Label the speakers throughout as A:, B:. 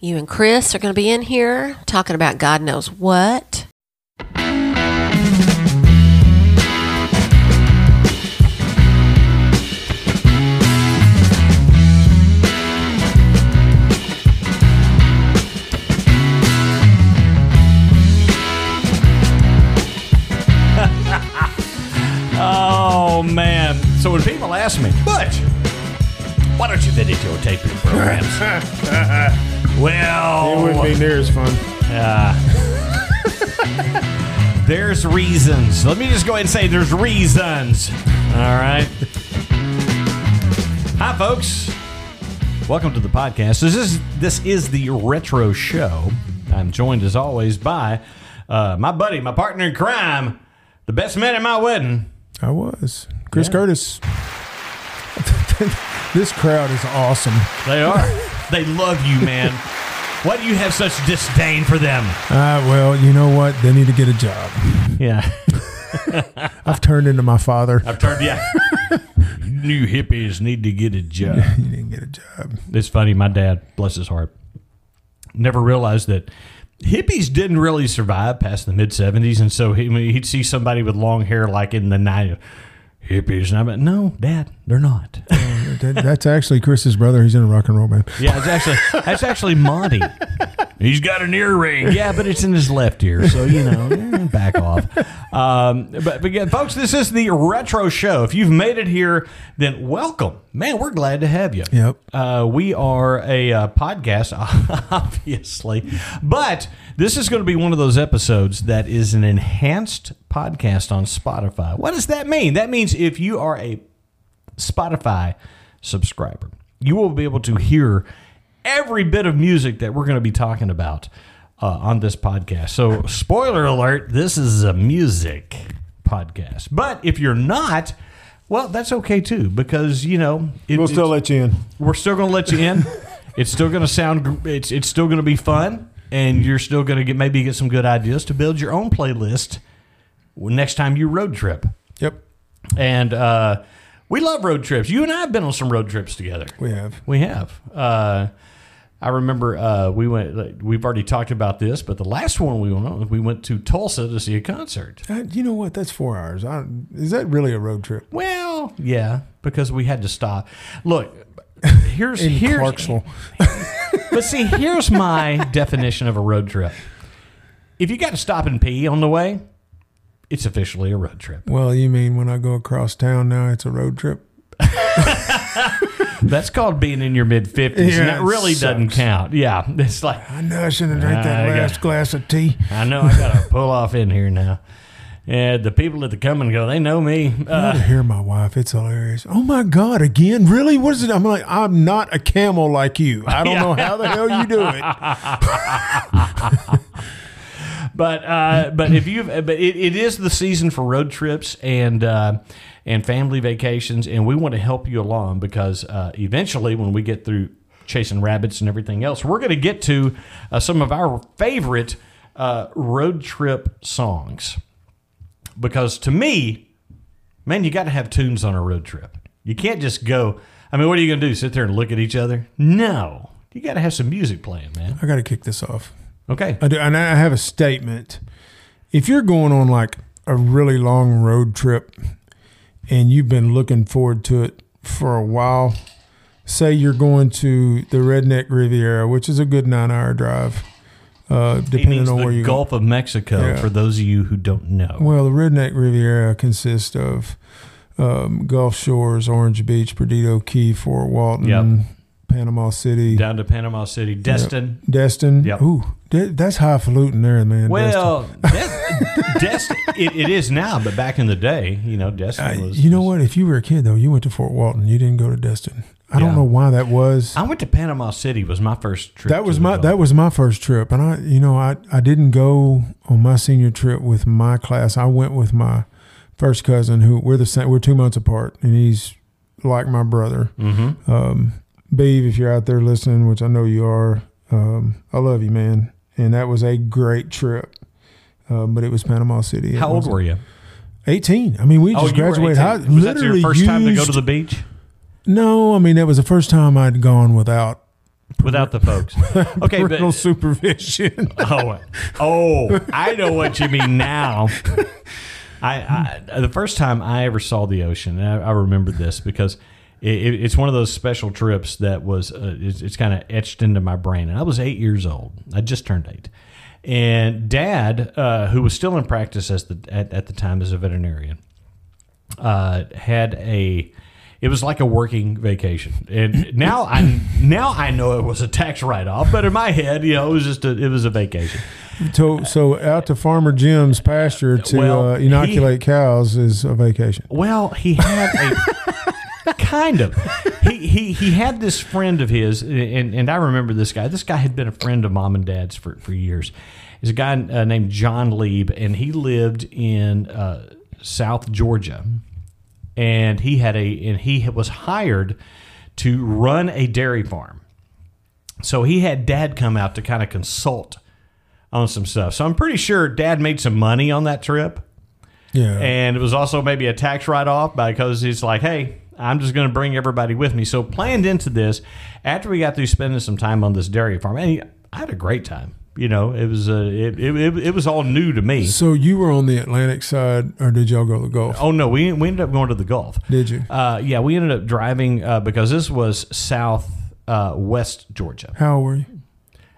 A: You and Chris are going to be in here talking about God knows what.
B: Oh man! So when people ask me, Butch, why don't you videotape your programs?
C: It
B: well,
C: wouldn't be near as fun.
B: there's reasons. Let me just go ahead and say there's reasons. All right. Hi, folks. Welcome to the podcast. This is this is the retro show. I'm joined as always by uh, my buddy, my partner in crime, the best man at my wedding.
C: I was. Chris Curtis. this crowd is awesome.
B: They are. they love you, man. Why do you have such disdain for them?
C: Ah, well, you know what? They need to get a job.
B: Yeah.
C: I've turned into my father.
B: I've turned yeah. New hippies need to get a job.
C: You didn't get a job.
B: It's funny, my dad, bless his heart, never realized that hippies didn't really survive past the mid seventies and so he he'd see somebody with long hair like in the night hippies and I'm like, No, Dad, they're not.
C: That- that's actually Chris's brother. He's in a rock and roll band.
B: Yeah, it's actually that's actually Monty. He's got an earring. Yeah, but it's in his left ear, so you know, eh, back off. Um, but, but again, folks, this is the retro show. If you've made it here, then welcome, man. We're glad to have you.
C: Yep.
B: Uh, we are a uh, podcast, obviously, but this is going to be one of those episodes that is an enhanced podcast on Spotify. What does that mean? That means if you are a Spotify subscriber. You will be able to hear every bit of music that we're going to be talking about uh, on this podcast. So, spoiler alert, this is a music podcast. But if you're not, well, that's okay too, because, you know, it-
C: We'll still
B: it's-
C: let you in.
B: we're still going to let you in. it's still going to sound, gr- it's, it's still going to be fun, and you're still going to get maybe get some good ideas to build your own playlist next time you road trip.
C: Yep.
B: And uh, we love road trips. You and I have been on some road trips together.
C: We have.
B: We have. Uh, I remember uh, we went. like, We've already talked about this, but the last one we went on, we went to Tulsa to see a concert.
C: Uh, you know what? That's four hours. I, is that really a road trip?
B: Well, yeah, because we had to stop. Look, here's
C: In
B: here's
C: Clarksville.
B: but see, here's my definition of a road trip. If you got to stop and pee on the way, it's officially a road trip.
C: Well, you mean when I go across town now, it's a road trip?
B: That's called being in your mid fifties, and
C: Yeah,
B: that
C: it
B: really doesn't
C: sucks.
B: count. Yeah, it's like
C: I know I shouldn't have drank that
B: I got-
C: last glass of tea.
B: I know I gotta pull off in here now. Yeah, the people at the come and go, they know me. Uh,
C: I hear my wife. It's hilarious. Oh my God, again? Really? What is it? I'm like, I'm not a camel like you. I don't know how the hell you do it.
B: but uh, but if you but it, it is the season for road trips and uh, and family vacations, and we want to help you along because uh, eventually when we get through chasing rabbits and everything else, we're gonna get to uh, some of our favorite uh, road trip songs. Because to me, man, you got to have tunes on a road trip. You can't just go. I mean, what are you going to do? Sit there and look at each other? No, you got to have some music playing, man.
C: I got to kick this off.
B: Okay,
C: I do, and I have a statement. If you're going on like a really long road trip and you've been looking forward to it for a while, say you're going to the Redneck Riviera, which is a good nine hour drive,
B: It
C: uh,
B: means
C: depending
B: the
C: on where you go.
B: Gulf of Mexico
C: Yeah.
B: for those of you who don't know.
C: Well, the Redneck Riviera consists of um, Gulf Shores, Orange Beach, Perdido Key, Fort Walton,
B: Yep.
C: Panama City,
B: Down to Panama City, Destin.
C: Destin.
B: Yep.
C: Ooh, De- that's highfalutin there, man. Destin.
B: Well, Des- Destin, it, it is now, but back in the day, you know, Destin
C: I-
B: was.
C: you know
B: was-
C: what? If you were a kid though, you went to Fort Walton. You didn't go to Destin. I
B: Yeah.
C: don't know why that was.
B: I went to Panama City. Was my first trip.
C: that
B: to
C: was
B: the
C: my
B: Gulf.
C: that was my first trip, and I you know I I didn't go on my senior trip with my class. I went with my first cousin who we're the same. We're two months apart, and he's like my brother. Mm-hmm. Um, Beav, if you're out there listening, which I know you are, um, I love you, man. And that was a great trip. Um, but it was Panama City. It
B: How old
C: wasn't-
B: were you?
C: 18. I mean, we
B: Oh,
C: just
B: you were
C: graduated
B: 18.
C: high.
B: Was that your
C: literally
B: first time to go
C: used-
B: to the beach?
C: no, I mean that was the first time I'd gone without
B: without the folks. Okay, but
C: parental supervision.
B: oh, oh, I know what you mean now. I, I the first time I ever saw the ocean, and I, I remembered this because it, it's one of those special trips that was uh, it's, it's kind of etched into my brain. And I was eight years old. I just turned eight, and Dad, uh, who was still in practice as the at, at the time as a veterinarian, uh, had a it was like a working vacation and now i now i know it was a tax write-off but in my head you know it was just a it was a vacation
C: so, so out to Farmer Jim's pasture to
B: Well,
C: uh, inoculate cows is a vacation.
B: well he had a kind of he, he he had this friend of his and and i remember this guy this guy had been a friend of mom and dad's for for years There's a guy uh, named john lieb and he lived in uh, south georgia and he had a and he was hired to run a dairy farm So he had dad come out to kind of consult on some stuff. So I'm pretty sure dad made some money on that trip.
C: Yeah.
B: And it was also maybe a tax write off because he's like, hey, I'm just going to bring everybody with me. So planned into this, after we got through spending some time on this dairy farm, and he- I had a great time. You know, it was uh, it, it, it, it was all new to me.
C: so you were on the Atlantic side, or did y'all go to the Gulf?
B: Oh no, we, we ended up going to the Gulf.
C: Did you?
B: Uh, yeah, we ended up driving uh, because this was south uh, west Georgia.
C: How old were you?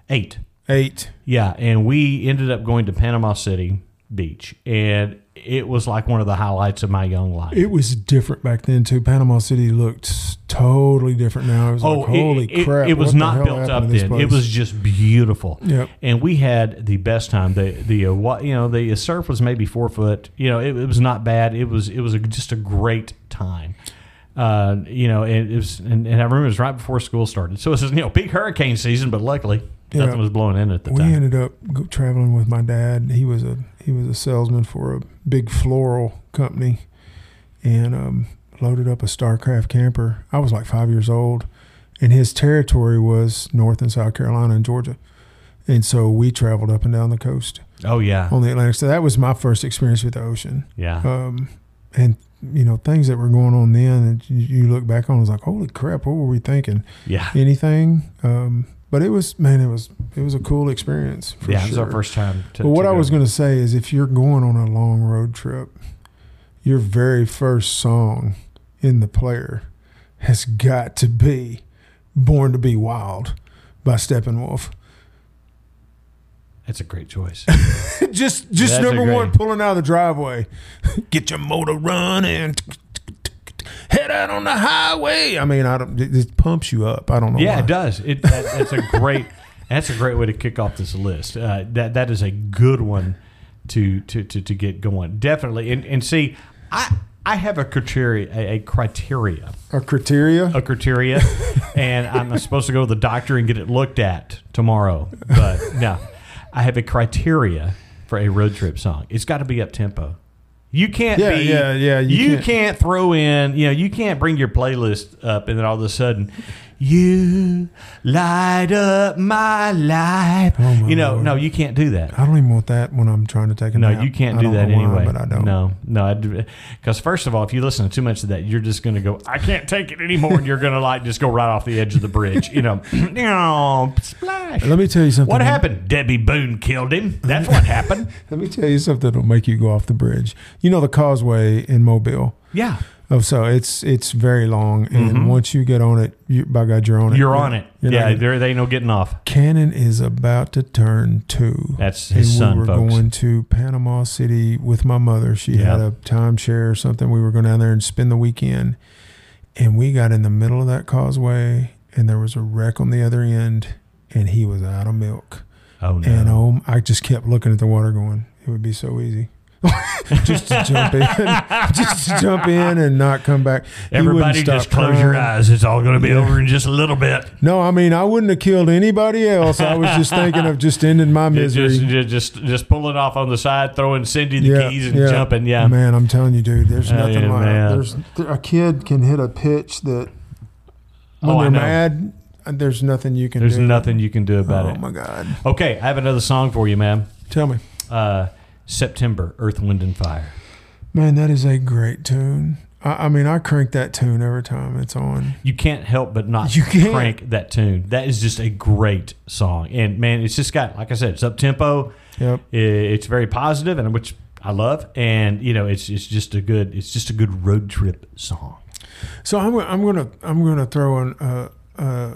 B: Eight.
C: Eight.
B: Yeah, and we ended up going to Panama City Beach, and it was like one of the highlights of my young life.
C: It was different back then too. Panama City looked totally different now. It was
B: oh,
C: like, holy
B: it, it-
C: crap!
B: It, was
C: what the
B: not
C: hell
B: built
C: happened
B: up
C: to this
B: then. It
C: place?
B: was just beautiful.
C: Yep.
B: And we had the best time. The the uh, wa- you know the surf was maybe four foot. You know it, it was not bad. It was it was a, just a great time. Uh, you know it, it was and, and I remember it was right before school started. So it was you know big hurricane season, but luckily
C: Yeah.
B: nothing was blowing in at the
C: We
B: time.
C: ended up go- traveling with my dad. He was a he was a salesman for a big floral company, and um, loaded up a Starcraft camper. I was like five years old, and his territory was North and South Carolina and Georgia, and so we traveled up and down the coast
B: Oh yeah,
C: on the Atlantic. So that was my first experience with the ocean.
B: yeah.
C: um, and you know things that were going on then that you, you look back on is like holy crap what were we thinking
B: Yeah.
C: anything um, but it was man it was it was a cool experience for
B: yeah,
C: sure.
B: it was our first time. To,
C: but what
B: to
C: i
B: go.
C: was going to say is if you're going on a long road trip your very first song in the player has got to be born to be wild by steppenwolf
B: That's a great choice.
C: just just
B: That's a
C: number
B: great-
C: one pulling out of the driveway get your motor running head out on the highway i mean i don't it, it pumps you up i don't know
B: yeah,
C: why.
B: it does. It that, that's a great that's a great way to kick off this list. Uh, that that is a good one to to to, to get going. Definitely. And and see, I I have a criteria a, a criteria
C: a criteria
B: a criteria, and I'm supposed to go to the doctor and get it looked at tomorrow. But no, I have a criteria for a road trip song. It's got to be up tempo. You can't
C: Yeah,
B: be
C: yeah, yeah, you
B: You,
C: can't-
B: can't. throw in you know you can't bring your playlist up and then all of a sudden you light up my life.
C: Oh, my
B: you know
C: Lord.
B: no you can't do that.
C: i don't even want that when i'm trying to take a
B: No,
C: nap.
B: you can't
C: I
B: do
C: don't
B: that
C: know why,
B: anyway.
C: but i don't
B: No, no, because first of all, if you listen to too much of that, you're just going to go, I can't take it anymore, and you're going to like just go right off the edge of the bridge. You know, no, splash.
C: let me tell you something
B: What happened? Debbie Boone killed him. That's what happened.
C: let me tell you something that'll make you go off the bridge you know the causeway in mobile
B: Yeah,
C: Oh, so it's it's very long, and once you get on it, you, by God, you're on it.
B: Mm-hmm. you're on it.
C: You're not
B: yeah,
C: gonna-
B: there they ain't no getting off.
C: Cannon is about to turn two.
B: That's his
C: and
B: son,
C: we were
B: folks.
C: going to Panama City with my mother. She had
B: Yeah.
C: a timeshare or something. We were going down there and spend the weekend. And we got in the middle of that causeway, and there was a wreck on the other end, and he was out of milk.
B: Oh no.
C: And um, I just kept looking at the water, going, "It would be so easy." just to jump in, just to jump in and not come back. He wouldn't
B: Everybody,
C: stop
B: just close your
C: crying.
B: eyes. It's all going to be over in just a little bit.
C: No, I mean I wouldn't have killed anybody else. I was just thinking of just ending my misery.
B: Just, just, just, just pull it off on the side, throwing Cindy the keys and jumping. Yeah,
C: man, I'm telling you, dude. There's
B: Oh,
C: nothing
B: yeah,
C: like
B: man.
C: there's a kid can hit a pitch that when
B: Oh, I
C: they're
B: know.
C: mad, uh, there's nothing you can.
B: there's
C: do.
B: nothing you can do about
C: Oh
B: it.
C: my god!
B: Okay, I have another song for you, man.
C: Tell me,
B: Uh, September, Earth, Wind, and Fire.
C: man, that is a great tune. I, I mean, I crank that tune every time it's on.
B: You can't help but not
C: You can't.
B: crank that tune. That is just a great song, and man, it's just got like I said, it's up tempo.
C: Yep.
B: I- It's very positive, and which I love. And you know, it's it's just a good it's just a good road trip song.
C: So I'm, I'm gonna I'm gonna throw an uh, uh,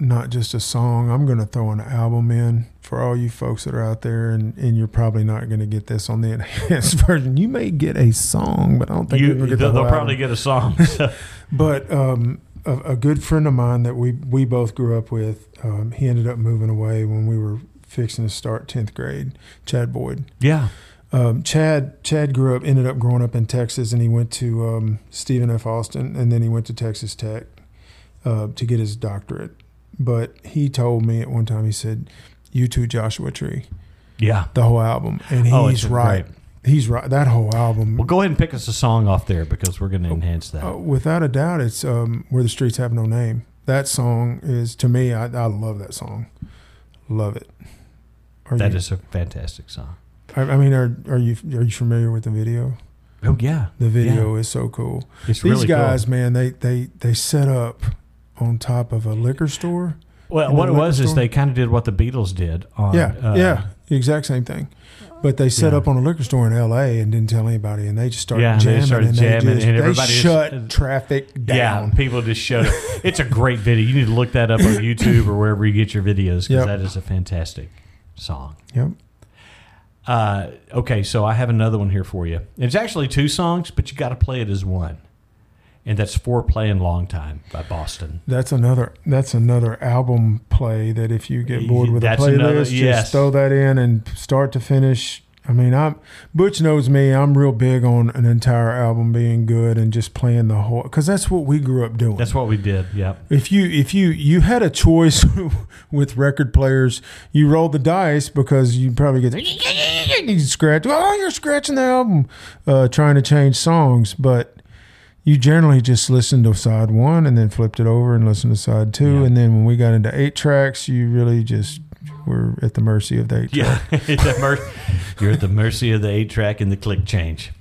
C: not just a song. I'm gonna throw an album in for all you folks that are out there, and, and you're probably not gonna get this on the enhanced version. You may get a song, but I don't think
B: You
C: you're gonna
B: they'll,
C: get the
B: they'll
C: whole
B: probably
C: album.
B: get a song.
C: But um, a, a good friend of mine that we we both grew up with, um, he ended up moving away when we were fixing to start tenth grade. Chad Boyd.
B: yeah,
C: Um, Chad Chad grew up, ended up growing up in Texas, and he went to um, Stephen F. Austin, and then he went to Texas Tech uh, to get his doctorate. But he told me at one time, he said, "You two, Joshua Tree,
B: yeah.
C: the whole album," and he's
B: Oh, it's
C: right.
B: great.
C: He's right. That whole album,
B: Well, go ahead and pick us a song off there because we're going to enhance that.
C: uh, without a doubt, it's um, "Where the Streets Have No Name." That song is to me. I, I love that song. Love it. Are
B: that
C: you,
B: is a fantastic song.
C: I, I mean, are are you are you familiar with the video?
B: Oh yeah,
C: The video is so cool.
B: It's
C: These
B: really
C: guys,
B: Cool.
C: man, they they they set up on top of a liquor store.
B: Well,
C: in the
B: what it
C: liquor
B: was is
C: store?
B: they kind of did what the Beatles did. On,
C: yeah,
B: uh,
C: yeah, the exact same thing. But they set
B: Yeah.
C: up on a liquor store in L.A. and didn't tell anybody, and they just started
B: Yeah, and they
C: jamming.
B: started
C: and
B: jamming,
C: they just,
B: and
C: they
B: everybody just-
C: shut traffic
B: Yeah,
C: down.
B: people just showed up. It's a great video. You need to look that up on YouTube or wherever you get your videos because
C: Yep.
B: that is a fantastic song.
C: Yep.
B: Uh, okay, so I have another one here for you. It's actually two songs, but you got to play it as one, and that's "Foreplay and Long Time" by Boston.
C: That's another. That's another album play that if you get bored with
B: That's
C: a playlist,
B: another- yes.
C: just throw that in and start to finish. I mean, I'm Butch knows me. I'm real big on an entire album being good and just playing the whole because that's what we grew up doing.
B: That's what we did. Yep.
C: If you if you you had a choice with record players, you rolled the dice because you probably get you scratch. Oh, you're scratching the album, uh, trying to change songs, but you generally just listened to side one and then flipped it over and listened to side two,
B: Yeah.
C: and then when we got into eight tracks, you really just were at the mercy of the eight.
B: Yeah, It's at mer- you're at the mercy of the eight track and the click change.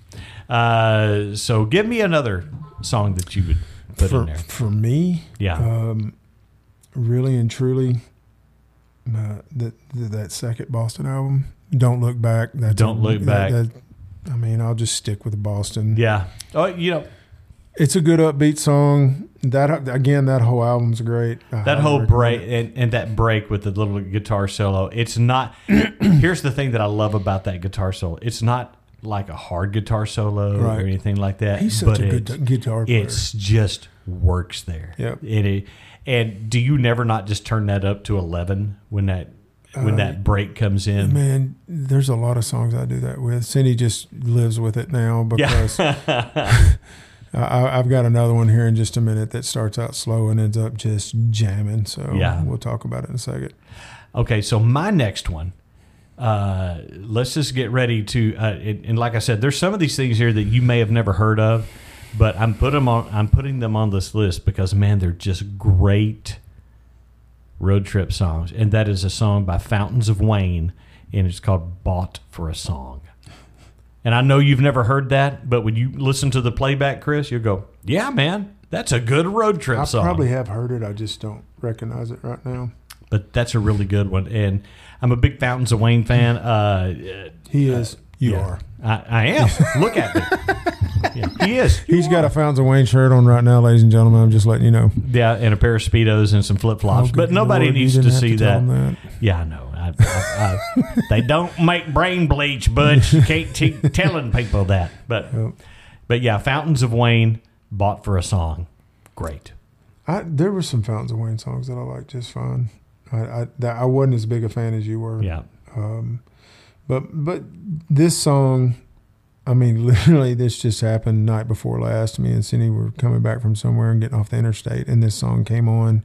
B: Uh, so give me another song that you would put in
C: for
B: there.
C: for me,
B: Yeah,
C: um, really and truly, uh, that that that second Boston album, "Don't Look Back." That's
B: Don't Look Back.
C: That, I mean, I'll just stick with Boston.
B: yeah. Oh, you know
C: it's a good upbeat song. That again, that whole album's great. I
B: that
C: highly
B: whole
C: recommend
B: break
C: it.
B: and, and that break with the little guitar solo. It's not. here's the thing that I love about that guitar solo. It's not like a hard guitar solo
C: Right.
B: or anything like that.
C: He's such a
B: it's-
C: good guitar player.
B: It's just works there.
C: Yep.
B: And it, and do you never not just turn that up to eleven when that when
C: Uh,
B: that break comes in?
C: Man, there's a lot of songs I do that with. Cindy just lives with it now because I, I- I've got another one here in just a minute that starts out slow and ends up just jamming. So
B: Yeah.
C: we'll talk about it in a second.
B: Okay, so my next one. Uh, let's just get ready to. Uh, and, and like I said, there's some of these things here that you may have never heard of, but I'm put 'em on. I'm putting them on this list because man, they're just great road trip songs. And that is a song by Fountains of Wayne, and it's called "Bought for a Song." And I know you've never heard that, but when you listen to the playback, Chris, you'll go, "Yeah, man, that's a good road trip
C: I
B: song."
C: probably have heard it. I just don't recognize it right now.
B: but that's a really good one. And I'm a big Fountains of Wayne fan. Uh,
C: He is. you
B: yeah.
C: are.
B: I, I am. Look at me. Yeah, he is.
C: He's got a Fountains of Wayne shirt on right now, ladies and gentlemen. I'm just letting you know.
B: yeah, and a pair of speedos and some flip flops.
C: Oh,
B: but
C: good
B: nobody
C: Lord, you
B: needs
C: didn't
B: to
C: have
B: see
C: tell
B: that.
C: him
B: Yeah, I know. I, I, I, they don't make brain bleach, but you can't keep telling people that. But
C: Yep.
B: but yeah, Fountains of Wayne bought for a song. Great.
C: I, there were some Fountains of Wayne songs that I liked just fine. I, I, that I wasn't as big a fan as you were.
B: Yeah.
C: Um, but but this song, I mean, literally, this just happened night before last. Me and Cindy were coming back from somewhere and getting off the interstate, and this song came on,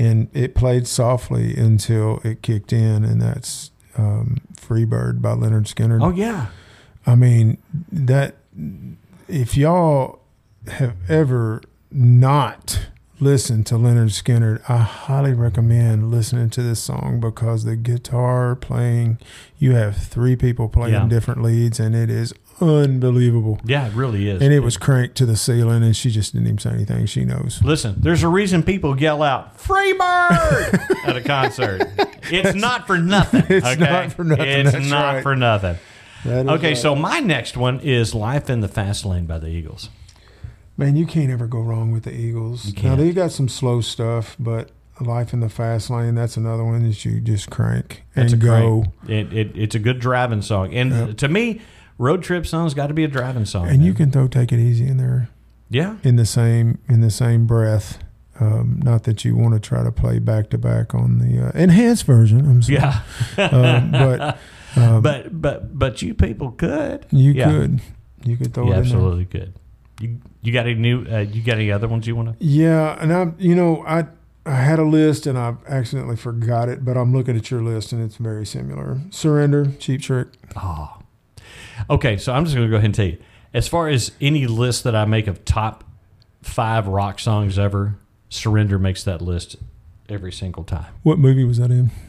C: and it played softly until it kicked in, and that's um, "Free Bird" by Leonard Skinner.
B: Oh yeah.
C: I mean that if y'all have ever not listened to Leonard Skinner, I highly recommend listening to this song because the guitar playing, you have three people playing
B: Yeah.
C: different leads, and it is unbelievable.
B: Yeah, it really is.
C: And it was cranked to the ceiling, and she just didn't even say anything. She knows.
B: Listen, there's a reason people yell out "Freebird" at a concert. It's not for nothing.
C: It's
B: okay?
C: not for nothing,
B: It's
C: that's
B: not
C: right.
B: for nothing.
C: That is
B: Okay,
C: right.
B: so my next one is "Life in the Fast Lane" by the Eagles.
C: Man, you can't ever go wrong with the Eagles. Now
B: can't.
C: they've got some slow stuff, but life in the fast lane—that's another one that you just crank
B: That's
C: and
B: a great-
C: go.
B: It, it, it's a good driving song, and to me, road trip songs got to be a driving song.
C: And you
B: man.
C: can throw "Take It Easy" in there
B: yeah,
C: in the same in the same breath. Um, not that you want to try to play back to back on the uh, enhanced version. I'm sorry,
B: yeah,
C: um, but um,
B: but but but you people could.
C: you
B: yeah.
C: could you could throw
B: You
C: it in there.
B: absolutely could. You you got any new? Uh, you got any other ones you want to?
C: Yeah, and I, you know, I I had a list and I accidentally forgot it, but I'm looking at your list and it's very similar. Surrender, cheap trick.
B: Oh. Okay, so I'm just going to go ahead and tell you. As far as any list that I make of top five rock songs ever, Surrender makes that list every single time.
C: What movie was that in?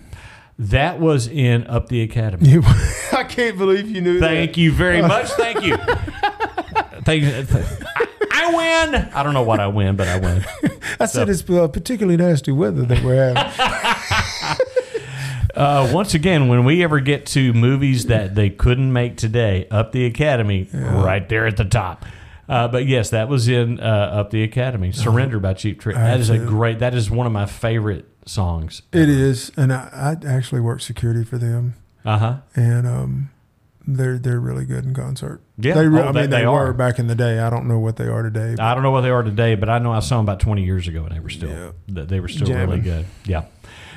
B: That was in Up the Academy.
C: It- I can't believe you knew that.
B: Thank you very much. Thank you. Thank you. I, I win. I don't know what I win, but I win.
C: I said it's uh, particularly nasty weather that we're having.
B: Uh, once again, when we ever get to movies that they couldn't make today, Up the Academy, right there at the top. Uh, but yes, that was in uh, Up the Academy. Surrender by Cheap Trick. That is a
C: Absolutely.
B: great. That is one of my favorite songs.
C: it is, and I, I actually work security for them,
B: Uh huh.
C: and um, they're they're really good in concert.
B: Yeah.
C: they re-
B: Oh,
C: I
B: they-
C: mean they,
B: they
C: were
B: are.
C: back in the day. I don't know what they are today. but
B: I don't know what they are today, but I know I saw them about 20 years ago, and they were still
C: Yeah.
B: that they were still
C: Jamming.
B: really good. Yeah.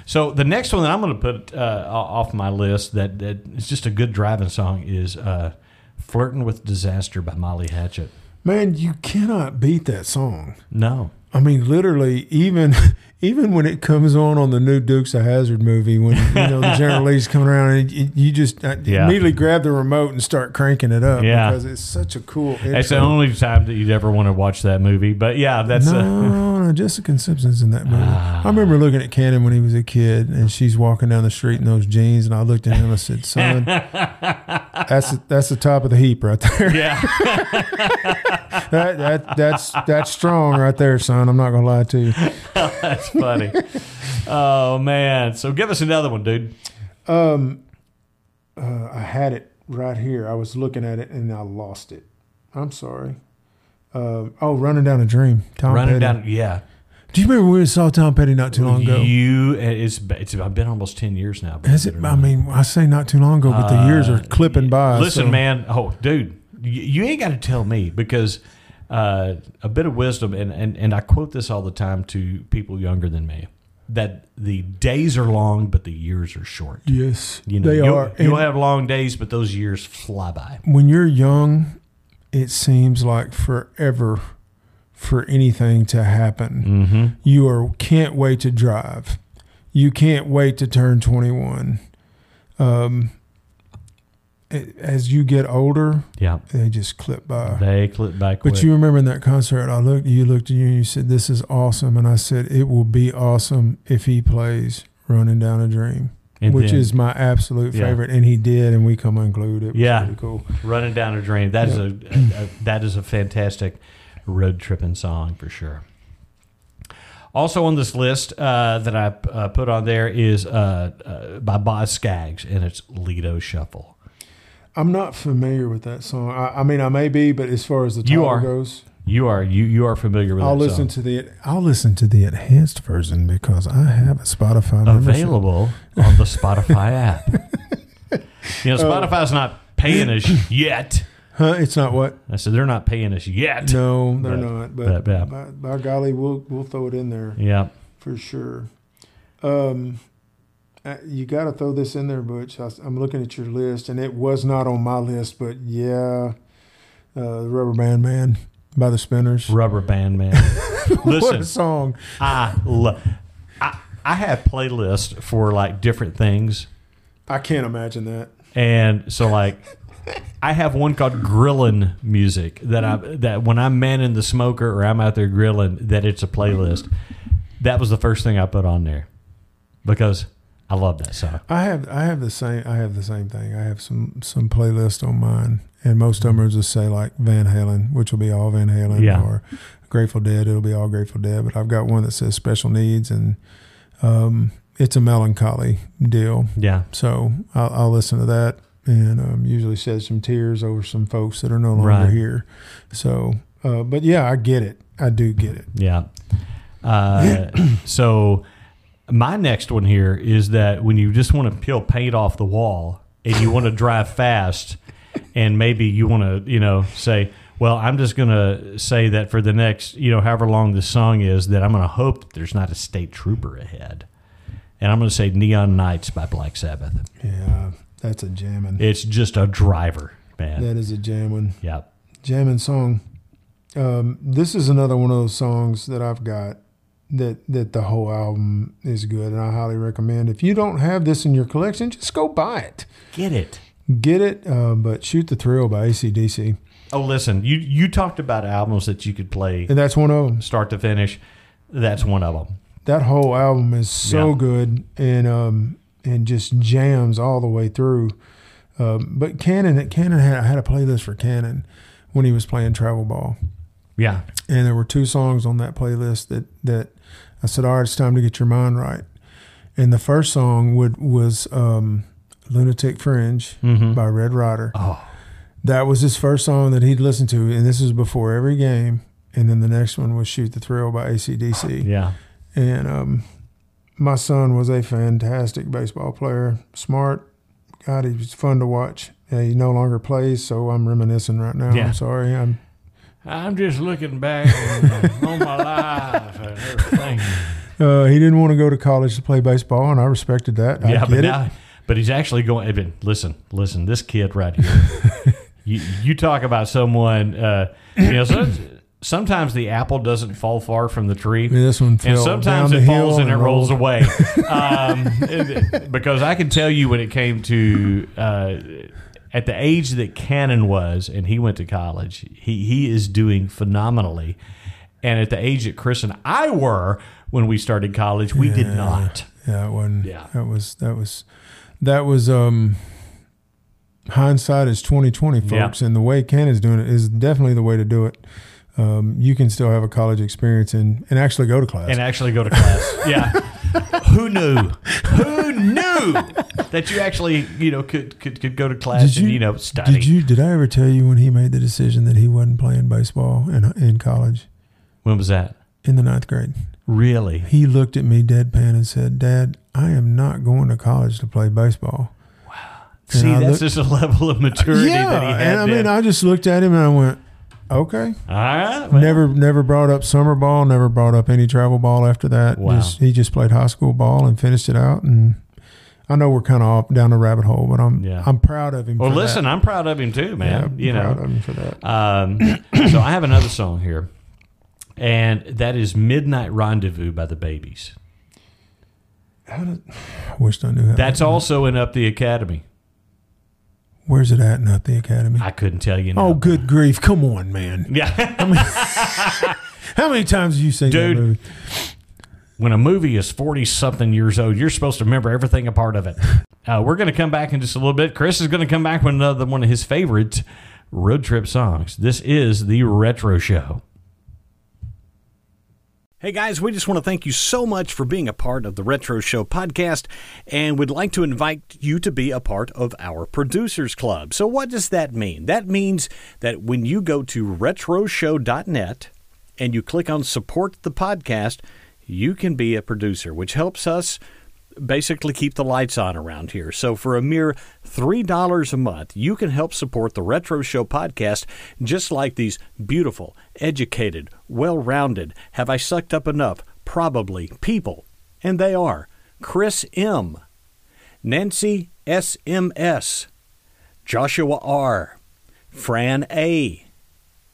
B: So the next one that I'm going to put uh, o- off my list that that is just a good driving song is uh, "Flirting with Disaster" by Molly Hatchet.
C: Man, you cannot beat that song.
B: No.
C: I mean, literally, even even when it comes on on the new Dukes of Hazard movie, when you know the General Lee's coming around, and you, you just uh,
B: Yeah.
C: immediately grab the remote and start cranking it up
B: Yeah.
C: because it's such a cool.
B: That's the
C: intro.
B: only time that you'd ever want to watch that movie. But yeah, that's uh
C: no, no, Jessica Simpson's in that movie. I remember looking at Cannon when he was a kid, and she's walking down the street in those jeans, and I looked at him and I said, "Son, that's that's the top of the heap right there.
B: yeah,
C: that, that that's that's strong right there, son. I'm not gonna lie to you."
B: that's funny. oh man, so give us another one, dude.
C: Um, uh, I had it right here. I was looking at it and I lost it. I'm sorry. Uh, oh, running down a dream. Tom
B: Running
C: Petty.
B: down, yeah.
C: Do you remember when we saw Tom Petty not too long ago?
B: You, it's it's I've been almost ten years now.
C: Is it?
B: believe
C: I
B: or not.
C: mean, I say not too long ago, but the years are clipping by.
B: Uh, Listen,
C: so-
B: man. Oh, dude, you, you ain't got to tell me because uh, a bit of wisdom, and, and, and I quote this all the time to people younger than me that the days are long, but the years are short.
C: Yes,
B: You know,
C: they
B: you'll,
C: are.
B: You'll
C: And
B: have long days, but those years fly by.
C: when you're young, it seems like forever for anything to happen.
B: Mm-hmm.
C: you are can't wait to drive you can't wait to turn 21 um a- as you get older
B: Yeah,
C: they just clip by
B: they clip back.
C: Uh, but you remember in that concert i looked you looked at you and you said this is awesome and i said it will be awesome if he plays running down a dream which is my absolute
B: Yeah.
C: favorite and he did and we come unglued it was
B: Yeah.
C: pretty cool
B: running down a drain. That is a, a, that is a fantastic road tripping song for sure. Also on this list uh, that I uh, put on there is uh, uh, by Boz Skaggs, and it's Lido Shuffle.
C: i'm not familiar with that song i, I mean i may be but as far as the
B: You
C: title
B: are.
C: goes
B: You are you you are familiar with
C: I'll
B: that
C: listen
B: song.
C: to the I'll listen to the enhanced version because I have a Spotify membership.
B: available on the Spotify app. You know, Spotify's not paying us yet.
C: Huh? It's not what?
B: I said they're not paying us yet.
C: No, they're
B: But-
C: not. But,
B: but, yeah.
C: by, by golly, we'll we'll throw it in there
B: Yeah.
C: for sure. Um, uh, you got to throw this in there, Butch. I, am looking at your list, and it was not on my list, but yeah, uh, Rubber Band Man by the Spinners.
B: Rubber band man.
C: what a
B: Listen,
C: song!
B: I love. I, I have playlists for like different things,
C: I can't imagine that.
B: and so like I have one called grilling music that I that when I'm manning the smoker or I'm out there grilling that it's a playlist. That was the first thing I put on there because I love that song.
C: I have I have the same I have the same thing. I have some some playlist on mine, and most of them will just say like Van Halen, which will be all Van Halen,
B: Yeah.
C: or Grateful Dead, it'll be all Grateful Dead. But I've got one that says Special Needs, and um, it's a melancholy deal.
B: Yeah.
C: So I'll, I'll listen to that and um, usually shed some tears over some folks that are no longer
B: Right.
C: here. So, uh, but yeah, I get it. I do get it.
B: Yeah. Uh, so my next one here is that when you just want to peel paint off the wall and you want to drive fast and maybe you want to, you know, say, well, I'm just going to say that for the next, you know, however long the song is, that I'm going to hope that there's not a state trooper ahead. And I'm going to say Neon Nights by Black Sabbath.
C: Yeah, that's a jamming.
B: It's just a driver, man.
C: That is a jamming,
B: yeah.
C: jamming song. Um, this is another one of those songs that I've got that that the whole album is good, and I highly recommend. If you don't have this in your collection, just go buy it.
B: Get it.
C: Get it, uh, but shoot the thrill by ACDC,
B: Oh, listen, you, you talked about albums that you could play
C: and that's one of them.
B: start to finish. That's one of them.
C: that whole album is so
B: Yeah.
C: good and um and just jams all the way through. Um, but Cannon, Cannon had I had a playlist for Cannon when he was playing travel ball,
B: Yeah.
C: and there were two songs on that playlist that that I said, all right, it's time to get your mind right. And the first song would was um, "Lunatic Fringe" by Red Rider.
B: Oh.
C: That was his first song that he'd listen to, and this was before every game. And then the next one was "Shoot the Thrill" by ACDC.
B: Yeah.
C: And um, my son was a fantastic baseball player, smart. God, he was fun to watch. Yeah, he no longer plays, so I'm reminiscing right now.
B: Yeah.
C: I'm sorry. I'm
B: I'm just looking back on, on my life and everything.
C: uh, he didn't want to go to college to play baseball, and I respected that. I
B: yeah,
C: get
B: but
C: it.
B: now, but he's actually going. Evan, listen, listen, this kid right here. you, you talk about someone. Uh, you know, some- sometimes the apple doesn't fall far from the tree.
C: I mean, this one fell
B: and sometimes
C: down
B: it
C: the hill
B: falls and it rolls
C: rolled.
B: away. um, it- because I can tell you when it came to uh, at the age that Cannon was, and he went to college, he he is doing phenomenally. And at the age that Chris and I were when we started college, we did not.
C: Yeah, it wasn't.
B: Yeah.
C: that was that was that was um hindsight is twenty twenty,
B: Yeah.
C: folks. And the way Ken is doing it is definitely the way to do it. Um, you can still have a college experience and and actually go to class.
B: And actually go to class. yeah. Who knew? Who knew that you actually, you know, could could, could go to class and you know study?
C: Did you? Did I ever tell you when he made the decision that he wasn't playing baseball in in college
B: when was that?
C: in the ninth grade?
B: Really?
C: He looked at me deadpan and said, "Dad, I am not going to college to play baseball."
B: See,
C: I
B: that's
C: look-
B: just a level of maturity that he had.
C: and I mean,
B: then.
C: I just looked at him and I went, "Okay."
B: All right. well,
C: Never, never brought up summer ball. Never brought up any travel ball after that.
B: Wow.
C: Just, he just played high school ball and finished it out. And I know we're kind of off down the rabbit hole, but I'm,
B: Yeah.
C: I'm proud of him.
B: Well,
C: for that.
B: listen, I'm proud of him too,
C: Yeah,
B: man.
C: I'm
B: you
C: proud
B: know.
C: of him for that.
B: Um, so I have another song here, and that is "Midnight Rendezvous" by the Babies.
C: How did, I wished I knew how.
B: That's also in Up the Academy.
C: Where's it at? Not the academy.
B: I couldn't tell you. Now.
C: Oh, good grief! Come on, man.
B: yeah.
C: How many times have you seen
B: Dude.
C: that movie?
B: when a movie is forty something years old, you're supposed to remember everything a part of it. Uh, we're going to come back in just a little bit. Chris is going to come back with another one of his favorite road trip songs. This is the Retro Show.
D: Hey guys, we just want to thank you so much for being a part of the Retro Show podcast, and we'd like to invite you to be a part of our Producers Club. So, what does that mean? That means that when you go to retroshow.net and you click on Support the Podcast, you can be a producer, which helps us basically keep the lights on around here. So for a mere $3 a month, you can help support the Retro Show podcast just like these beautiful, educated, well-rounded, have I sucked up enough? Probably people. And they are Chris M, Nancy SMS, Joshua R, Fran A,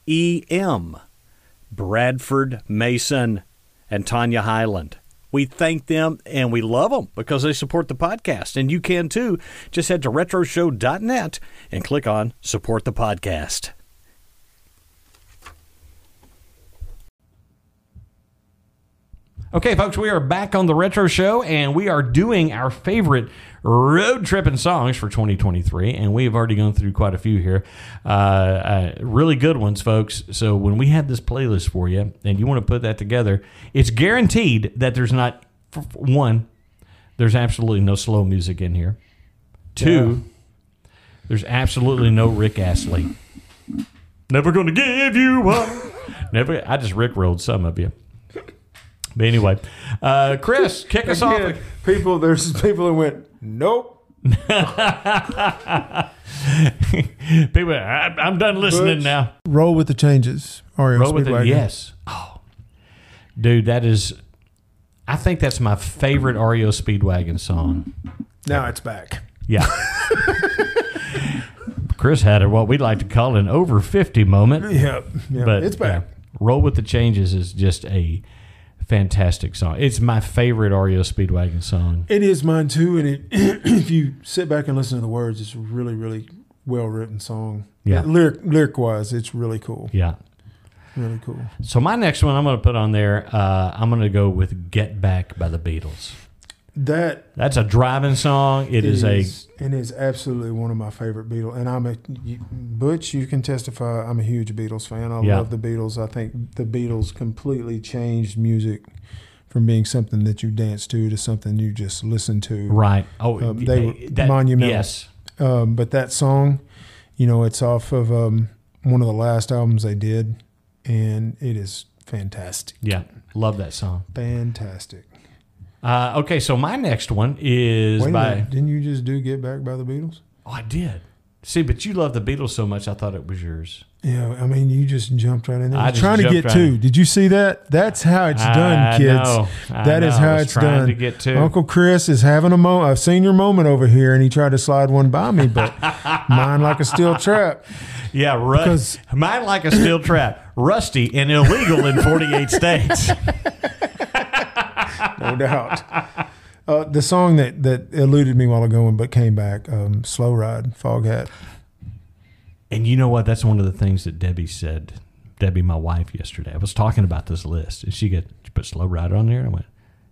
D: EM, Bradford Mason, and Tanya Highland. We thank them and we love them because they support the podcast. And you can too. Just head to retroshow.net and click on support the podcast.
B: Okay, folks, we are back on the Retro Show, and we are doing our favorite road tripping songs for 2023, and we have already gone through quite a few here. Uh, uh, really good ones, folks. So when we have this playlist for you, and you want to put that together, it's guaranteed that there's not f- f- one. There's absolutely no slow music in here. Two, there's absolutely no Rick Astley. Never gonna give you up. Never. I just rickrolled some of you. But anyway, uh, Chris, kick us off.
C: Again, people, there's people who went, nope.
B: People, I, I'm done listening
C: Butch.
B: now.
C: Roll with the changes. REM
B: Roll with it.
C: Speedwagon.
B: Yes. Oh, dude, that is. I think that's my favorite REO Speedwagon song.
C: Now it's back.
B: Yeah. Chris had a, what we like to call an over 50 moment.
C: Yep. yep.
B: But
C: it's back.
B: yeah, Roll with the Changes is just a fantastic song. It's my favorite REO Speedwagon song.
C: It is mine too, and it, if you sit back and listen to the words, it's a really, really well written song.
B: Yeah.
C: lyric lyric wise, it's really cool.
B: Yeah.
C: Really cool.
B: So my next one I'm going to put on there, uh, I'm going to go with Get Back by the Beatles.
C: That
B: That's a driving song. It is,
C: and is absolutely one of my favorite Beatles. And I'm a you- Butch. You can testify. I'm a huge Beatles fan. I
B: Yeah.
C: love the Beatles. I think the Beatles completely changed music from being something that you dance to to something you just listen
B: a
C: to.
B: right. Oh,
C: Um, they were monumental.
B: Yes,
C: Um, but that song, you know, it's off of um, one of the last albums they did, and it is fantastic.
B: yeah, love that song.
C: Fantastic.
B: Uh, okay, so my next one is
C: Wait a
B: by.
C: minute. Didn't you just do "Get Back" by the Beatles?
B: Oh, I did. See, but you love the Beatles so much, I thought it was yours.
C: Yeah, I mean, you just jumped right in there.
B: I
C: I
B: just
C: trying to
B: jumped
C: get
B: right
C: two.
B: in.
C: Did you see that? That's how it's done, kids. That is how it's
B: trying
C: done. Oh,
B: to get to.
C: Uncle Chris is having a mo- a senior moment over here, and he tried to slide one by me, but mine like a steel trap.
B: yeah, rust.
C: because-
B: Mine like a steel trap, rusty and illegal in 48 states.
C: no doubt. Uh, the song that that eluded me while ago but came back, um, "Slow Ride," Fog Hat.
B: And you know what? That's one of the things that Debbie said. Debbie, my wife, yesterday. I was talking about this list, and she got "You put Slow Rider on there. And I went,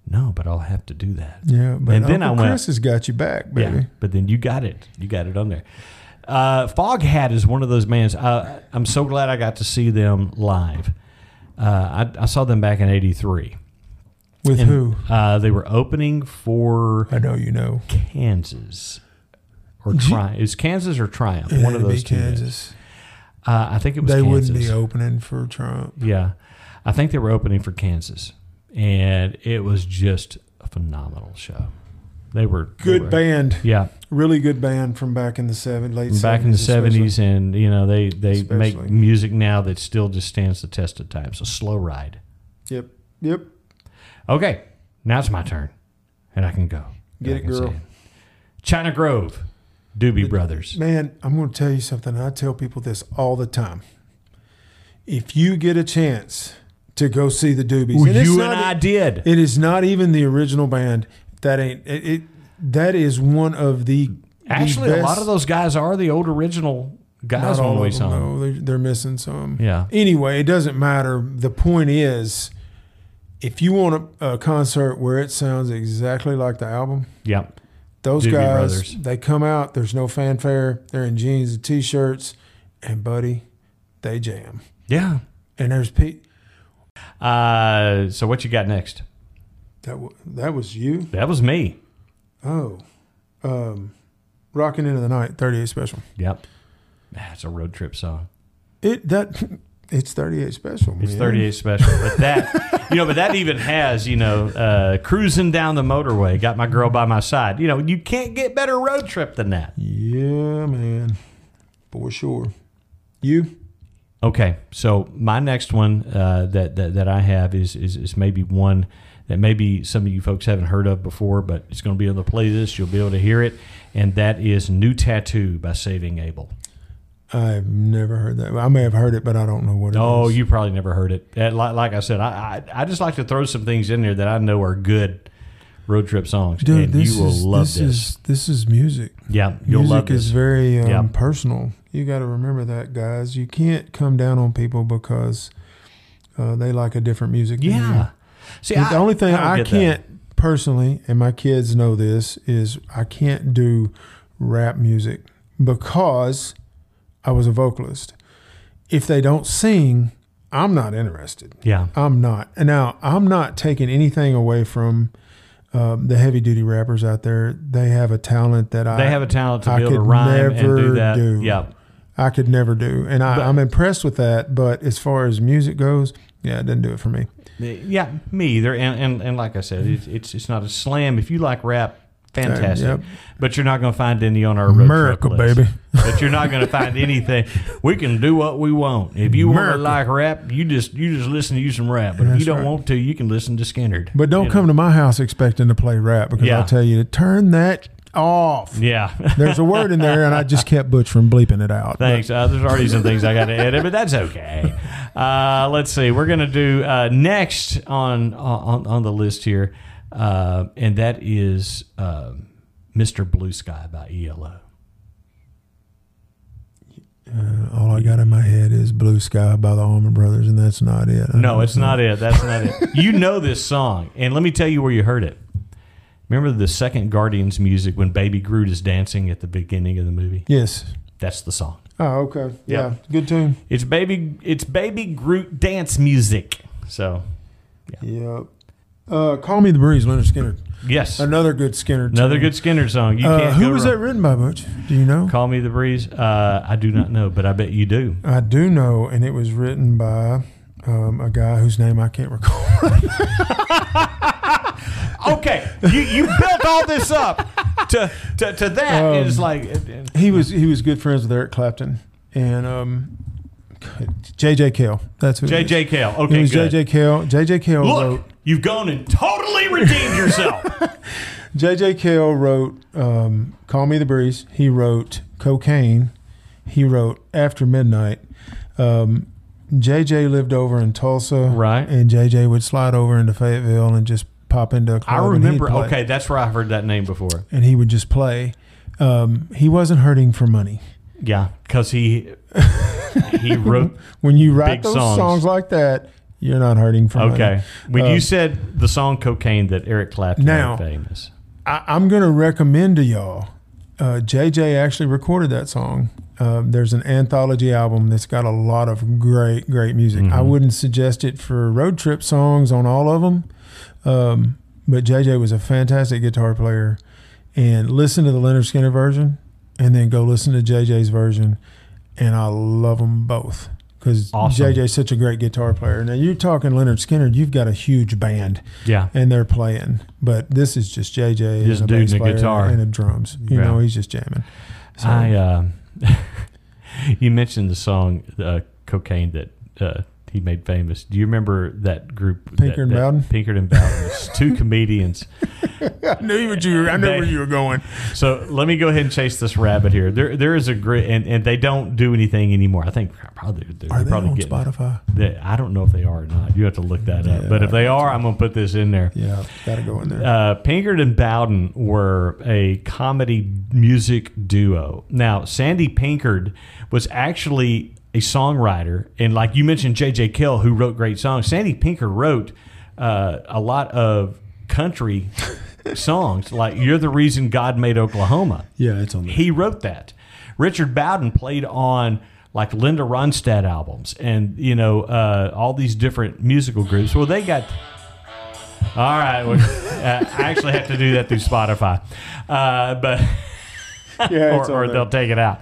B: "No, but I'll have to do that."
C: Yeah, but
B: And then
C: Uncle
B: I went-
C: Chris has got you back, baby.
B: but then you got it. You got it on there. Uh, Foghat is one of those bands. Uh, I'm so glad I got to see them live. Uh, I, I saw them back in '83.
C: With who?
B: Uh, they were opening for
C: I know you know.
B: Kansas or Tri- is Kansas or Triumph? one of
C: It'd be
B: those two. bands.
C: Kansas.
B: Uh, I think it was.
C: They
B: Kansas.
C: wouldn't be opening for Trump.
B: Yeah. I think they were opening for Kansas, and it was just a phenomenal show. They were they
C: Good
B: were-
C: band,
B: Yeah,
C: really good band from back in the seven late
B: back in the
C: 70s.
B: seventies, and you know they they make
C: Especially.
B: music now that still just stands the test of time. So slow ride.
C: Yep, yep.
B: Okay, now it's my turn, and I can go. And
C: Get
B: I
C: it,
B: can say
C: girl.
B: China Grove, Doobie Brothers.
C: Man, I'm going to tell you something. I tell people this all the time. If you get a chance to go see the Doobies,
B: Ooh,
C: it's
B: you
C: not- e-
B: and I did.
C: It is not even the original band. That ain't it. it that is one of the the
B: Actually, a
C: best-
B: lot of those guys are the old original guys
C: Not all
B: when we
C: of them,
B: saw 'em.
C: though. They're, they're missing some.
B: Yeah.
C: Anyway, it doesn't matter. The point is, if you want a, a concert where it sounds exactly like the album,
B: Yeah,
C: those
B: Doobie
C: guys
B: Brothers.
C: they come out. There's no fanfare. They're in jeans and t-shirts, and buddy, they jam.
B: yeah.
C: And there's Pete.
B: Uh, so what you got next?
C: That w- that was you.
B: That was me.
C: Oh, um, rocking into the night. Thirty eight special.
B: Yep. That's a road trip song.
C: It that it's thirty eight special.
B: It's
C: man.
B: 38 special, but that you know, but that even has you know, uh, cruising down the motorway, got my girl by my side. You know, you can't get better road trip than that.
C: Yeah, man, for sure. You
B: Okay, so my next one uh, that, that that I have is, is is maybe one that maybe some of you folks haven't heard of before, but it's going to be on the playlist. You'll be able to hear it, and that is "New Tattoo" by Saving Abel.
C: I've never heard that. I may have heard it, but I don't know what it is.
B: Oh, you probably never heard it. Uh, Like, like I said, I, I I just like to throw some things in there that I know are good road trip songs,
C: dude,
B: and
C: this
B: you will
C: is,
B: love
C: this,
B: this.
C: is this is music.
B: yeah, you'll
C: music
B: love
C: is
B: this.
C: very um,
B: Yeah.
C: personal. You got to remember that, guys. You can't come down on people because uh, they like a different music. than you.
B: yeah. See,
C: the only thing
B: don't
C: I,
B: get that.
C: can't personally, and my kids know this, is I can't do rap music because I was a vocalist. If they don't sing, I'm not interested.
B: Yeah.
C: I'm not. And now I'm not taking anything away from um, the heavy duty rappers out there. They have a talent that I
B: They have a talent to
C: I
B: be able to
C: could
B: rhyme and do
C: never
B: that.
C: do.
B: Yeah.
C: I could never do, and I,
B: But-
C: I'm impressed with that. But as far as music goes, yeah, it didn't do it for me.
B: Yeah, me either. And and, and like I said, it's, it's it's not a slam. If you like rap, fantastic.
C: Yep.
B: but you're not going to find any on our road
C: America,
B: trip list.
C: baby.
B: but you're not going to find anything. We can do what we want. If you want to
C: America.
B: like rap, you just you just listen to you some rap. But if
C: That's
B: you don't
C: right.
B: want to, you can listen to Skinnerd.
C: But don't
B: You
C: come to my house expecting to play rap because
B: Yeah.
C: I'll tell you to turn that off.
B: know. yeah.
C: There's a word in there, and I just kept Butch from bleeping it out.
B: Thanks. Uh, there's already some things I got to edit, but that's okay. Uh, let's see. We're gonna do uh, next on on on the list here, uh, and that is uh, Mr. Blue Sky by E ELO.
C: But all I got in my head is "Blue Sky" by the Allman Brothers, and that's not it. I
B: No,
C: don't
B: it's
C: know.
B: not it. That's not it. You know this song, and let me tell you where you heard it. Remember the second Guardians music when Baby Groot is dancing at the beginning of the movie?
C: Yes.
B: That's the song.
C: Oh, okay. Yeah, good tune.
B: It's baby. It's Baby Groot dance music. So
C: Yep. Uh, "Call Me the Breeze," Leonard Skinner.
B: yes,
C: Another good Skinner. Tune.
B: another good Skinner song. You
C: Uh,
B: can't
C: who
B: go
C: was
B: wrong.
C: that written by, Butch? Do you know?
B: Call Me the Breeze? Uh, I do not know, but I bet you do.
C: I do know, and it was written by um, a guy whose name I can't recall.
B: Okay, you, you built all this up to to, to that
C: Um,
B: is like uh,
C: he was he was good friends with Eric Clapton and um, J.J. Cale. That's who It,
B: JJ Cale.
C: is. it
B: Okay,
C: was
B: good.
C: J.J. Cale. J.J. Cale
B: Look,
C: wrote.
B: you've gone and totally redeemed yourself.
C: J.J. Cale wrote um, "Call Me the Breeze." He wrote "Cocaine." He wrote "After Midnight." Um, J.J. lived over in Tulsa,
B: Right.
C: And J.J. would slide over into Fayetteville and just pop into a
B: I
C: club. Oh, and he'd
B: remember.
C: play.
B: Okay, that's where I heard that name before.
C: and he would just play. Um, he wasn't hurting for money.
B: Yeah, because he he wrote.
C: When you write
B: Big
C: those
B: songs.
C: songs. like that, you're not hurting for money.
B: Okay, when you
C: Um,
B: said the song "Cocaine" that Eric Clapton
C: Now-
B: made famous.
C: I, I'm going to recommend to y'all. Uh, JJ actually recorded that song. Um, there's an anthology album that's got a lot of great, great music. I wouldn't suggest it for road trip songs on all of them, um, but JJ was a fantastic guitar player. And listen to the Leonard Skinner version, and then go listen to JJ's version, and I love them both because
B: Awesome.
C: JJ's such a great guitar player. Now you're talking Leonard Skinner, you've got a huge band
B: Yeah,
C: and they're playing. But this is just JJ
B: This
C: and a
B: dude
C: bass
B: and a
C: player
B: guitar.
C: and a drums. You
B: Yeah.
C: know, he's just jamming. So,
B: I, uh, you mentioned the song uh, "Cocaine" that uh, he made famous. Do you remember that group? that-
C: Pinker and
B: that-
C: Bowden?
B: Pinker and Bowden. It's two comedians.
C: I knew what you. Were, I knew
B: They-
C: where you were going.
B: So let me go ahead and chase this rabbit here. There, there is a great, and, and they don't do anything anymore. I think probably they're,
C: Are
B: they're
C: they
B: probably
C: on
B: getting.
C: Spotify?
B: They, I don't know if they are or not. You have to look that up.
C: Yeah,
B: But if they are, I'm gonna put this in there.
C: Yeah, gotta go in there.
B: Uh, Pinkard and Bowden were a comedy music duo. Now, Sandy Pinkard was actually a songwriter, and like you mentioned, J.J. Kell, who wrote great songs. Sandy Pinkard wrote uh, a lot of country songs, like "You're the Reason God Made Oklahoma."
C: yeah, it's on there.
B: He wrote that. Richard Bowden played on like Linda Ronstadt albums and you know uh, all these different musical groups. Well, they got. All right, well, uh, I actually have to do that through Spotify, uh, but
C: Yeah, it's
B: or, or
C: on there.
B: they'll take it out.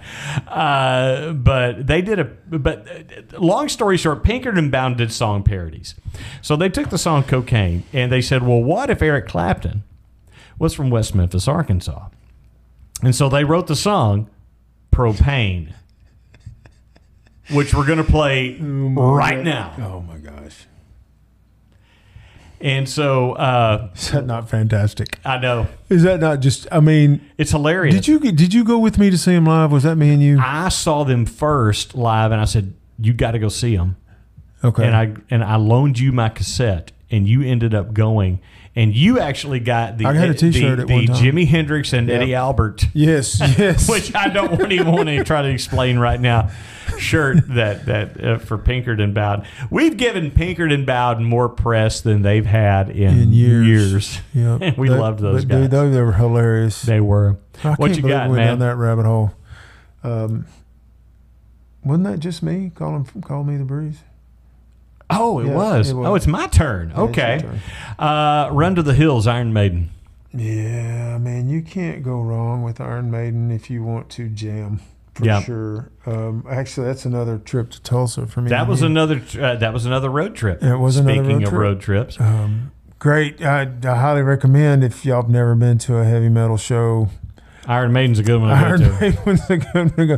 B: Uh, but they did a. But uh, long story short, Pinkerton Bound did song parodies. So they took the song "Cocaine" and they said, "Well, what if Eric Clapton was from West Memphis, Arkansas?" And so they wrote the song "Propane," which we're going to play right now.
C: Oh my gosh,
B: And so uh,
C: is that not fantastic?
B: I know
C: Is that not just? I mean,
B: it's hilarious.
C: did you did you go with me to see him live? Was that me and you?
B: I saw them first live, and I said, "You got to go see them."
C: Okay,
B: and I and I loaned you my cassette, and you ended up going, and you actually got the
C: I had a T-shirt
B: the,
C: at one
B: the
C: time.
B: Jimi Hendrix and Eddie Albert,
C: yes, yes.
B: which I don't want even want to try to explain right now. shirt that that uh, for Pinkerton Bowden. We've given Pinkerton Bowden more press than they've had in,
C: in years.
B: years.
C: Yeah.
B: And we
C: They-
B: loved those
C: but, dude,
B: guys.
C: they were hilarious.
B: They were.
C: I
B: what
C: can't
B: you
C: believe
B: got,
C: we went
B: man?
C: down that rabbit hole. Um, wasn't that just me? Call him, call me the breeze.
B: Oh, it,
C: Yeah,
B: was.
C: it was.
B: Oh, it's my turn.
C: your
B: okay.
C: turn.
B: Uh, Run to the Hills, Iron Maiden.
C: Yeah, man, you can't go wrong with Iron Maiden if you want to jam for
B: Yeah.
C: sure. Um, actually, that's another trip to Tulsa for me.
B: That
C: and
B: was
C: you.
B: another. Uh, that was another road trip.
C: Mm-hmm. It was another
B: Speaking
C: road
B: of
C: trip.
B: road trips,
C: um, great. I, I highly recommend if y'all've never been to a heavy metal show.
B: Iron Maiden's a good one. to go
C: Iron
B: to.
C: Maiden's a good one to go.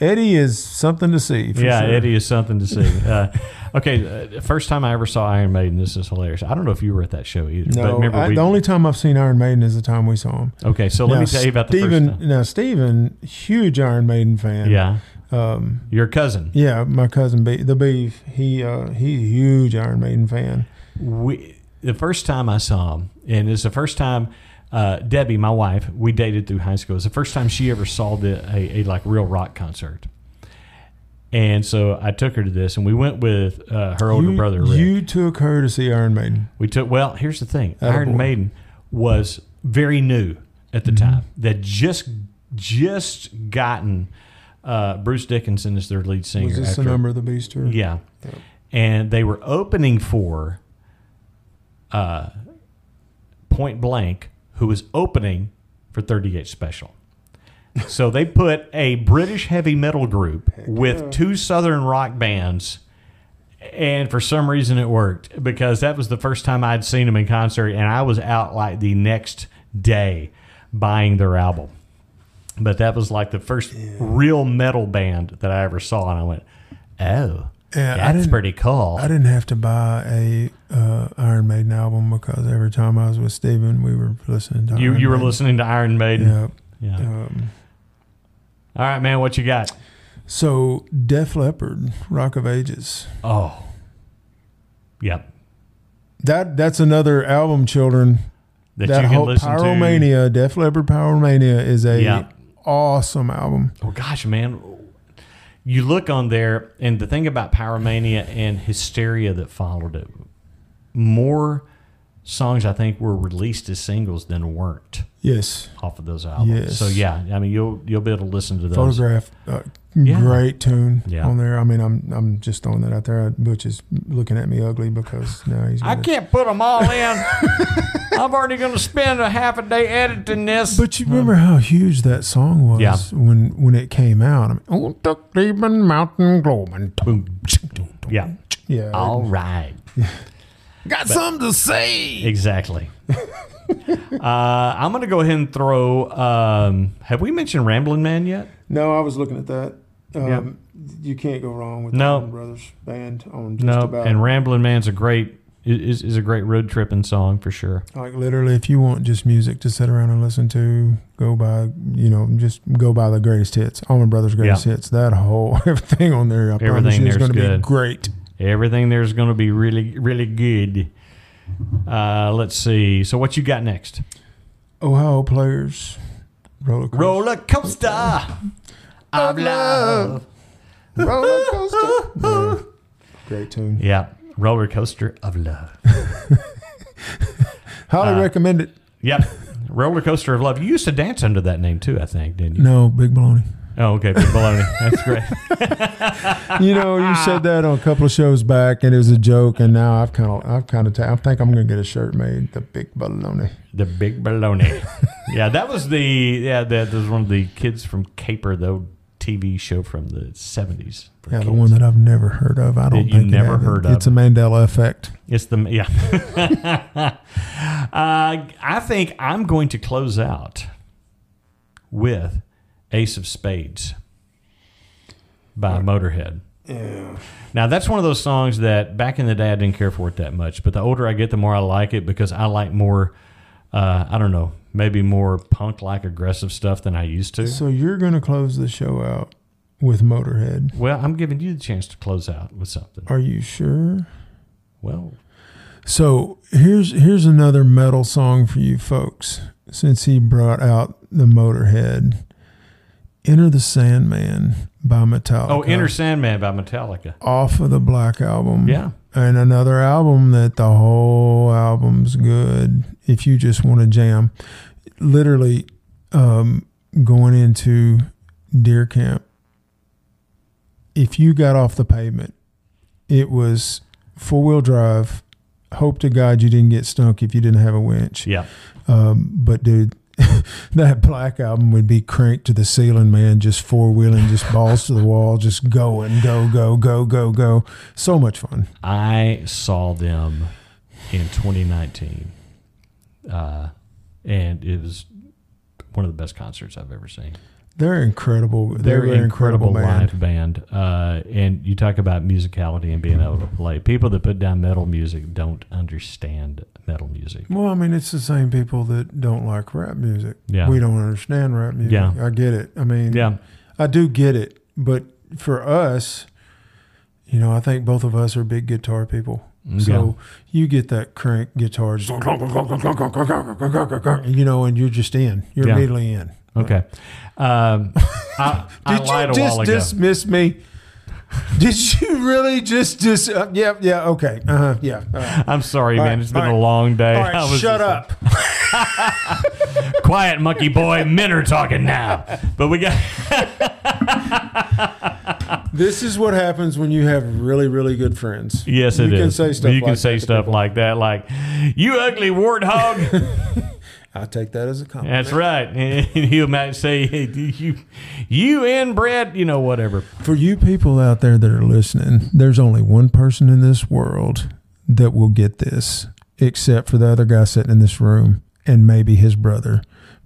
C: Eddie is something to see. For
B: yeah,
C: sure.
B: Eddie is something to see. Uh, okay, uh, the first time I ever saw Iron Maiden, this is hilarious. I don't know if you were at that show either. but
C: No,
B: remember
C: I,
B: we,
C: the only time I've seen Iron Maiden is the time we saw him.
B: okay, so let me tell you about the
C: Steven,
B: first time.
C: Now, Steven, huge Iron Maiden fan.
B: Yeah,
C: Um,
B: your cousin.
C: yeah, my cousin, Be- the Beef, he, uh, he's a huge Iron Maiden fan.
B: We the first time I saw him, and it's the first time uh, Debbie, my wife, we dated through high school. It's the first time she ever saw the, a, a like real rock concert. And so I took her to this, and we went with uh, her older
C: you,
B: brother. Rick.
C: You took her to see Iron Maiden.
B: We took well. Here's the thing:
C: Attaboy.
B: Iron Maiden was very new at the
C: Mm-hmm.
B: time. That just just gotten uh, Bruce Dickinson as their lead singer.
C: Was this the number of the Beast tour?
B: Yeah, and they were opening for uh, Point Blank, who was opening for 38 Special. So they put a British heavy metal group with two Southern rock bands and for some reason it worked because that was the first time I'd seen them in concert, and I was out like the next day buying their album. But that was like the first real metal band that I ever saw, and I went, "Oh,
C: Yeah, I
B: that's
C: didn't-
B: pretty cool."
C: I didn't have to buy a uh, Iron Maiden album because every time I was with Steven, we were listening to
B: You
C: Iron
B: you were
C: Maiden.
B: listening to Iron Maiden,
C: Yeah.
B: yeah.
C: Um,
B: All right, man, what you got?
C: so Def Leppard, Rock of Ages.
B: Oh, yep.
C: That that's another album, children.
B: That,
C: that
B: you can
C: whole
B: listen to.
C: Pyromania, Def Leppard Pyromania is a
B: Yeah.
C: awesome album.
B: Well, gosh, man, you look on there, and the thing about Pyromania and hysteria that followed it, more songs I think were released as singles than weren't
C: Yes,
B: off of those albums.
C: Yes.
B: So yeah, I mean you'll you'll be able to listen to those.
C: Photograph, uh,
B: Yeah.
C: great tune
B: Yeah.
C: on there. I mean, I'm I'm just throwing that out there. Butch is looking at me ugly because now he's.
B: I
C: gonna-
B: can't put them all in. I'm already going to spend a half a day editing this.
C: But you remember how huge that song was
B: Yeah.
C: when when it came out. I mean, oh, the Cleveland Mountain Gloaming.
B: yeah.
C: Yeah,
B: All right.
C: got something to say.
B: Exactly. uh, I'm going to go ahead and throw. Um, have we mentioned Ramblin' Man yet?
C: No, I was looking at that.
B: Yeah.
C: Um, You can't go wrong with
B: No.
C: the Allman Brothers band on just
B: No,
C: about
B: and Ramblin' Man's a great is is a great road tripping song for sure.
C: Like literally, if you want just music to sit around and listen to, go by you know just go by the greatest hits, Allman Brothers greatest hits. That whole everything on there, I promise
B: Everything
C: you, is
B: there's
C: going to be
B: good.
C: great.
B: Everything there's going to be really really good. Uh, let's see. So what you got next?
C: Ohio players, roller coaster,
B: Roller coaster of love.
C: roller coaster. Yeah. Great tune.
B: Yeah, roller coaster of love. Uh,
C: Highly recommend it.
B: Yep, roller coaster of love. You used to dance under that name too, I think, didn't you?
C: No, big baloney.
B: Oh, okay, big baloney. That's great.
C: you know, you said that on a couple of shows back, and it was a joke. And now I've kind of, I've kind of, ta- I think I'm going to get a shirt made, the big baloney.
B: The big baloney. yeah, that was the yeah that, that was one of the kids from Caper, the old TV show from the seventies.
C: Yeah, the one that I've never heard of. I don't
B: you
C: think it
B: never
C: happened.
B: heard of.
C: It's a Mandela effect.
B: It's the yeah. uh, I think I'm going to close out with Ace of Spades by Motorhead. Now that's one of those songs that back in the day I didn't care for it that much, but the older I get, the more I like it because I like more. Uh, I don't know, maybe more punk-like aggressive stuff than I used to.
C: So you're going to close the show out with Motorhead.
B: well, I'm giving you the chance to close out with something.
C: Are you sure?
B: Well,
C: So here's here's another metal song for you folks. Since he brought out the Motorhead, Enter the Sandman by Metallica.
B: Oh, Inner Sandman by Metallica.
C: off of the Black Album.
B: Yeah.
C: And another album that the whole album's good if you just want to jam. Literally, um, going into Deer Camp, if you got off the pavement, it was four wheel drive. Hope to God you didn't get stunk if you didn't have a winch.
B: Yeah.
C: Um, but dude, that black album would be cranked to the ceiling, man. Just four wheeling, just balls to the wall, just going, go, go, go, go, go. So much fun.
B: I saw them in 2019, uh, and it was one of the best concerts I've ever seen.
C: They're incredible. They're,
B: They're
C: an incredible,
B: incredible,
C: band.
B: live band, uh, and you talk about musicality and being able to play. People that put down metal music don't understand metal music.
C: Well, I mean, it's the same people that don't like rap music.
B: Yeah.
C: We don't understand rap music.
B: Yeah.
C: I get it. I mean,
B: Yeah,
C: I do get it. But for us, you know, I think both of us are big guitar people.
B: Mm,
C: So you get that crank guitar, just you know, and you're just in. You're
B: Yeah.
C: immediately in.
B: okay. Um, I, I
C: Did
B: lied
C: you
B: a
C: just
B: while ago.
C: dismiss me? Did you really just dis? Uh, yeah, yeah, okay, uh-huh, yeah. all right.
B: I'm sorry,
C: All
B: man.
C: right,
B: It's been
C: all right.
B: a long day.
C: All
B: I
C: right,
B: was
C: shut
B: just like,
C: up.
B: Quiet, monkey boy. Men are talking now. But we got.
C: This is what happens when you have really, really good friends.
B: Yes, it is.
C: You can say stuff.
B: You can
C: like
B: say
C: that to
B: stuff
C: people.
B: like that, like "you ugly warthog."
C: I take that as a compliment.
B: That's right. And he might say, hey, "You, you inbred," you know, whatever.
C: For you people out there that are listening, there's only one person in this world that will get this, except for the other guy sitting in this room and maybe his brother.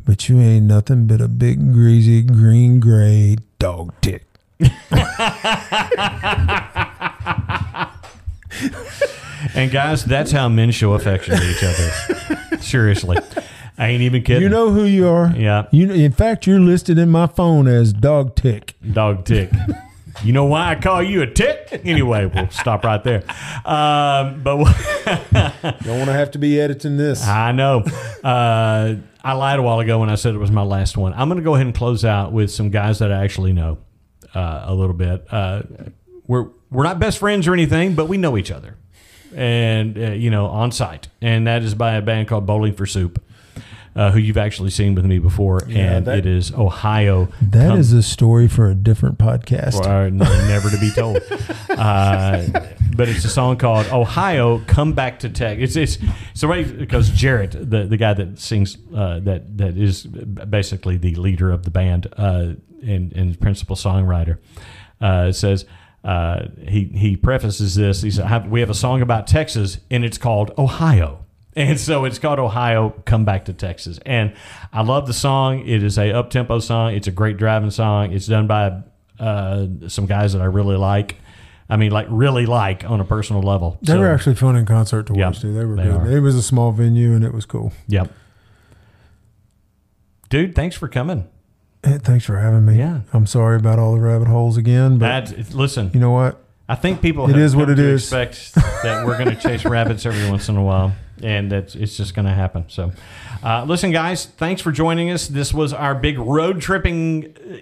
C: But you ain't nothing but a big, greasy, green, gray dog tick.
B: And guys, that's how men show affection to each other. Seriously, I ain't even kidding.
C: You know who you are.
B: Yeah.
C: You know, in fact, you're listed in my phone as dog tick.
B: dog tick. You know why I call you a tick? Anyway, we'll stop right there. Um, but. We'll
C: Don't want to have to be editing this.
B: I know. Uh, I lied a while ago when I said it was my last one. I'm going to go ahead and close out with some guys that I actually know uh, a little bit. Uh, we're we're not best friends or anything, but we know each other, and uh, you know, on site, and that is by a band called Bowling for Soup. Uh, who you've actually seen with me before, and
C: that-
B: it is Ohio.
C: That is a story for a different podcast.
B: Or n- never to be told. uh, but it's a song called "Ohio Come Back to Tech." It's it's so right because Jarrett, the the guy that sings uh, that that is basically the leader of the band uh, and and principal songwriter, uh, says. Uh, he he prefaces this. He said, "I have- "We have a song about Texas, and it's called Ohio." And so it's called Ohio Come Back to Texas. And I love the song. It is a up tempo song. It's a great driving song. It's done by uh, some guys that I really like. I mean, like really like on a personal level.
C: They
B: So,
C: were actually fun in concert to watch,
B: Yeah,
C: too. They were
B: they
C: good.
B: are.
C: It was a small venue and it was cool.
B: Yep. Dude, thanks for coming.
C: Hey, thanks for having me.
B: Yeah.
C: I'm sorry about all the rabbit holes again, but
B: That listen,
C: you know what?
B: I think people
C: It
B: have
C: is
B: come
C: what it
B: to
C: is.
B: expect that we're going to chase rabbits every once in a while, and that's it's just going to happen. So, uh, listen, guys, thanks for joining us. This was our big road tripping uh,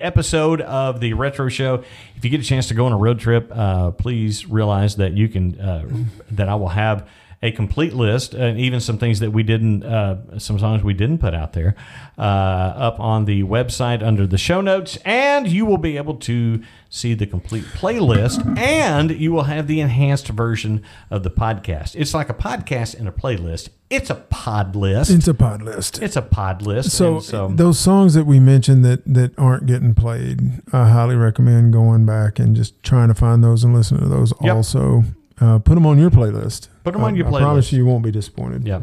B: episode of the Retro Show. If you get a chance to go on a road trip, uh, please realize that you can uh, that I will have a complete list and even some things that we didn't uh, some songs we didn't put out there uh, up on the website under the show notes and you will be able to see the complete playlist and you will have the enhanced version of the podcast it's like a podcast and a playlist it's a pod list
C: It's a pod list.
B: it's a pod list
C: so,
B: and so
C: those songs that we mentioned that, that aren't getting played, I highly recommend going back and just trying to find those and listen to those
B: Yep.
C: also. Uh, put them on your playlist.
B: Put 'em on
C: I-
B: your
C: I promise
B: playlist.
C: you, you won't be disappointed.
B: yeah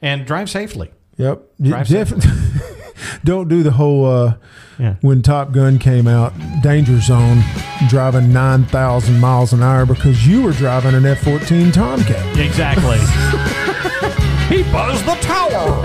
B: and drive safely
C: Yep. Y-
B: Drive
C: def- don't do the whole uh,
B: yeah
C: when Top Gun came out, danger zone, driving 9,000 miles an hour because you were driving an F 14 Tomcat.
B: exactly he buzzed the tower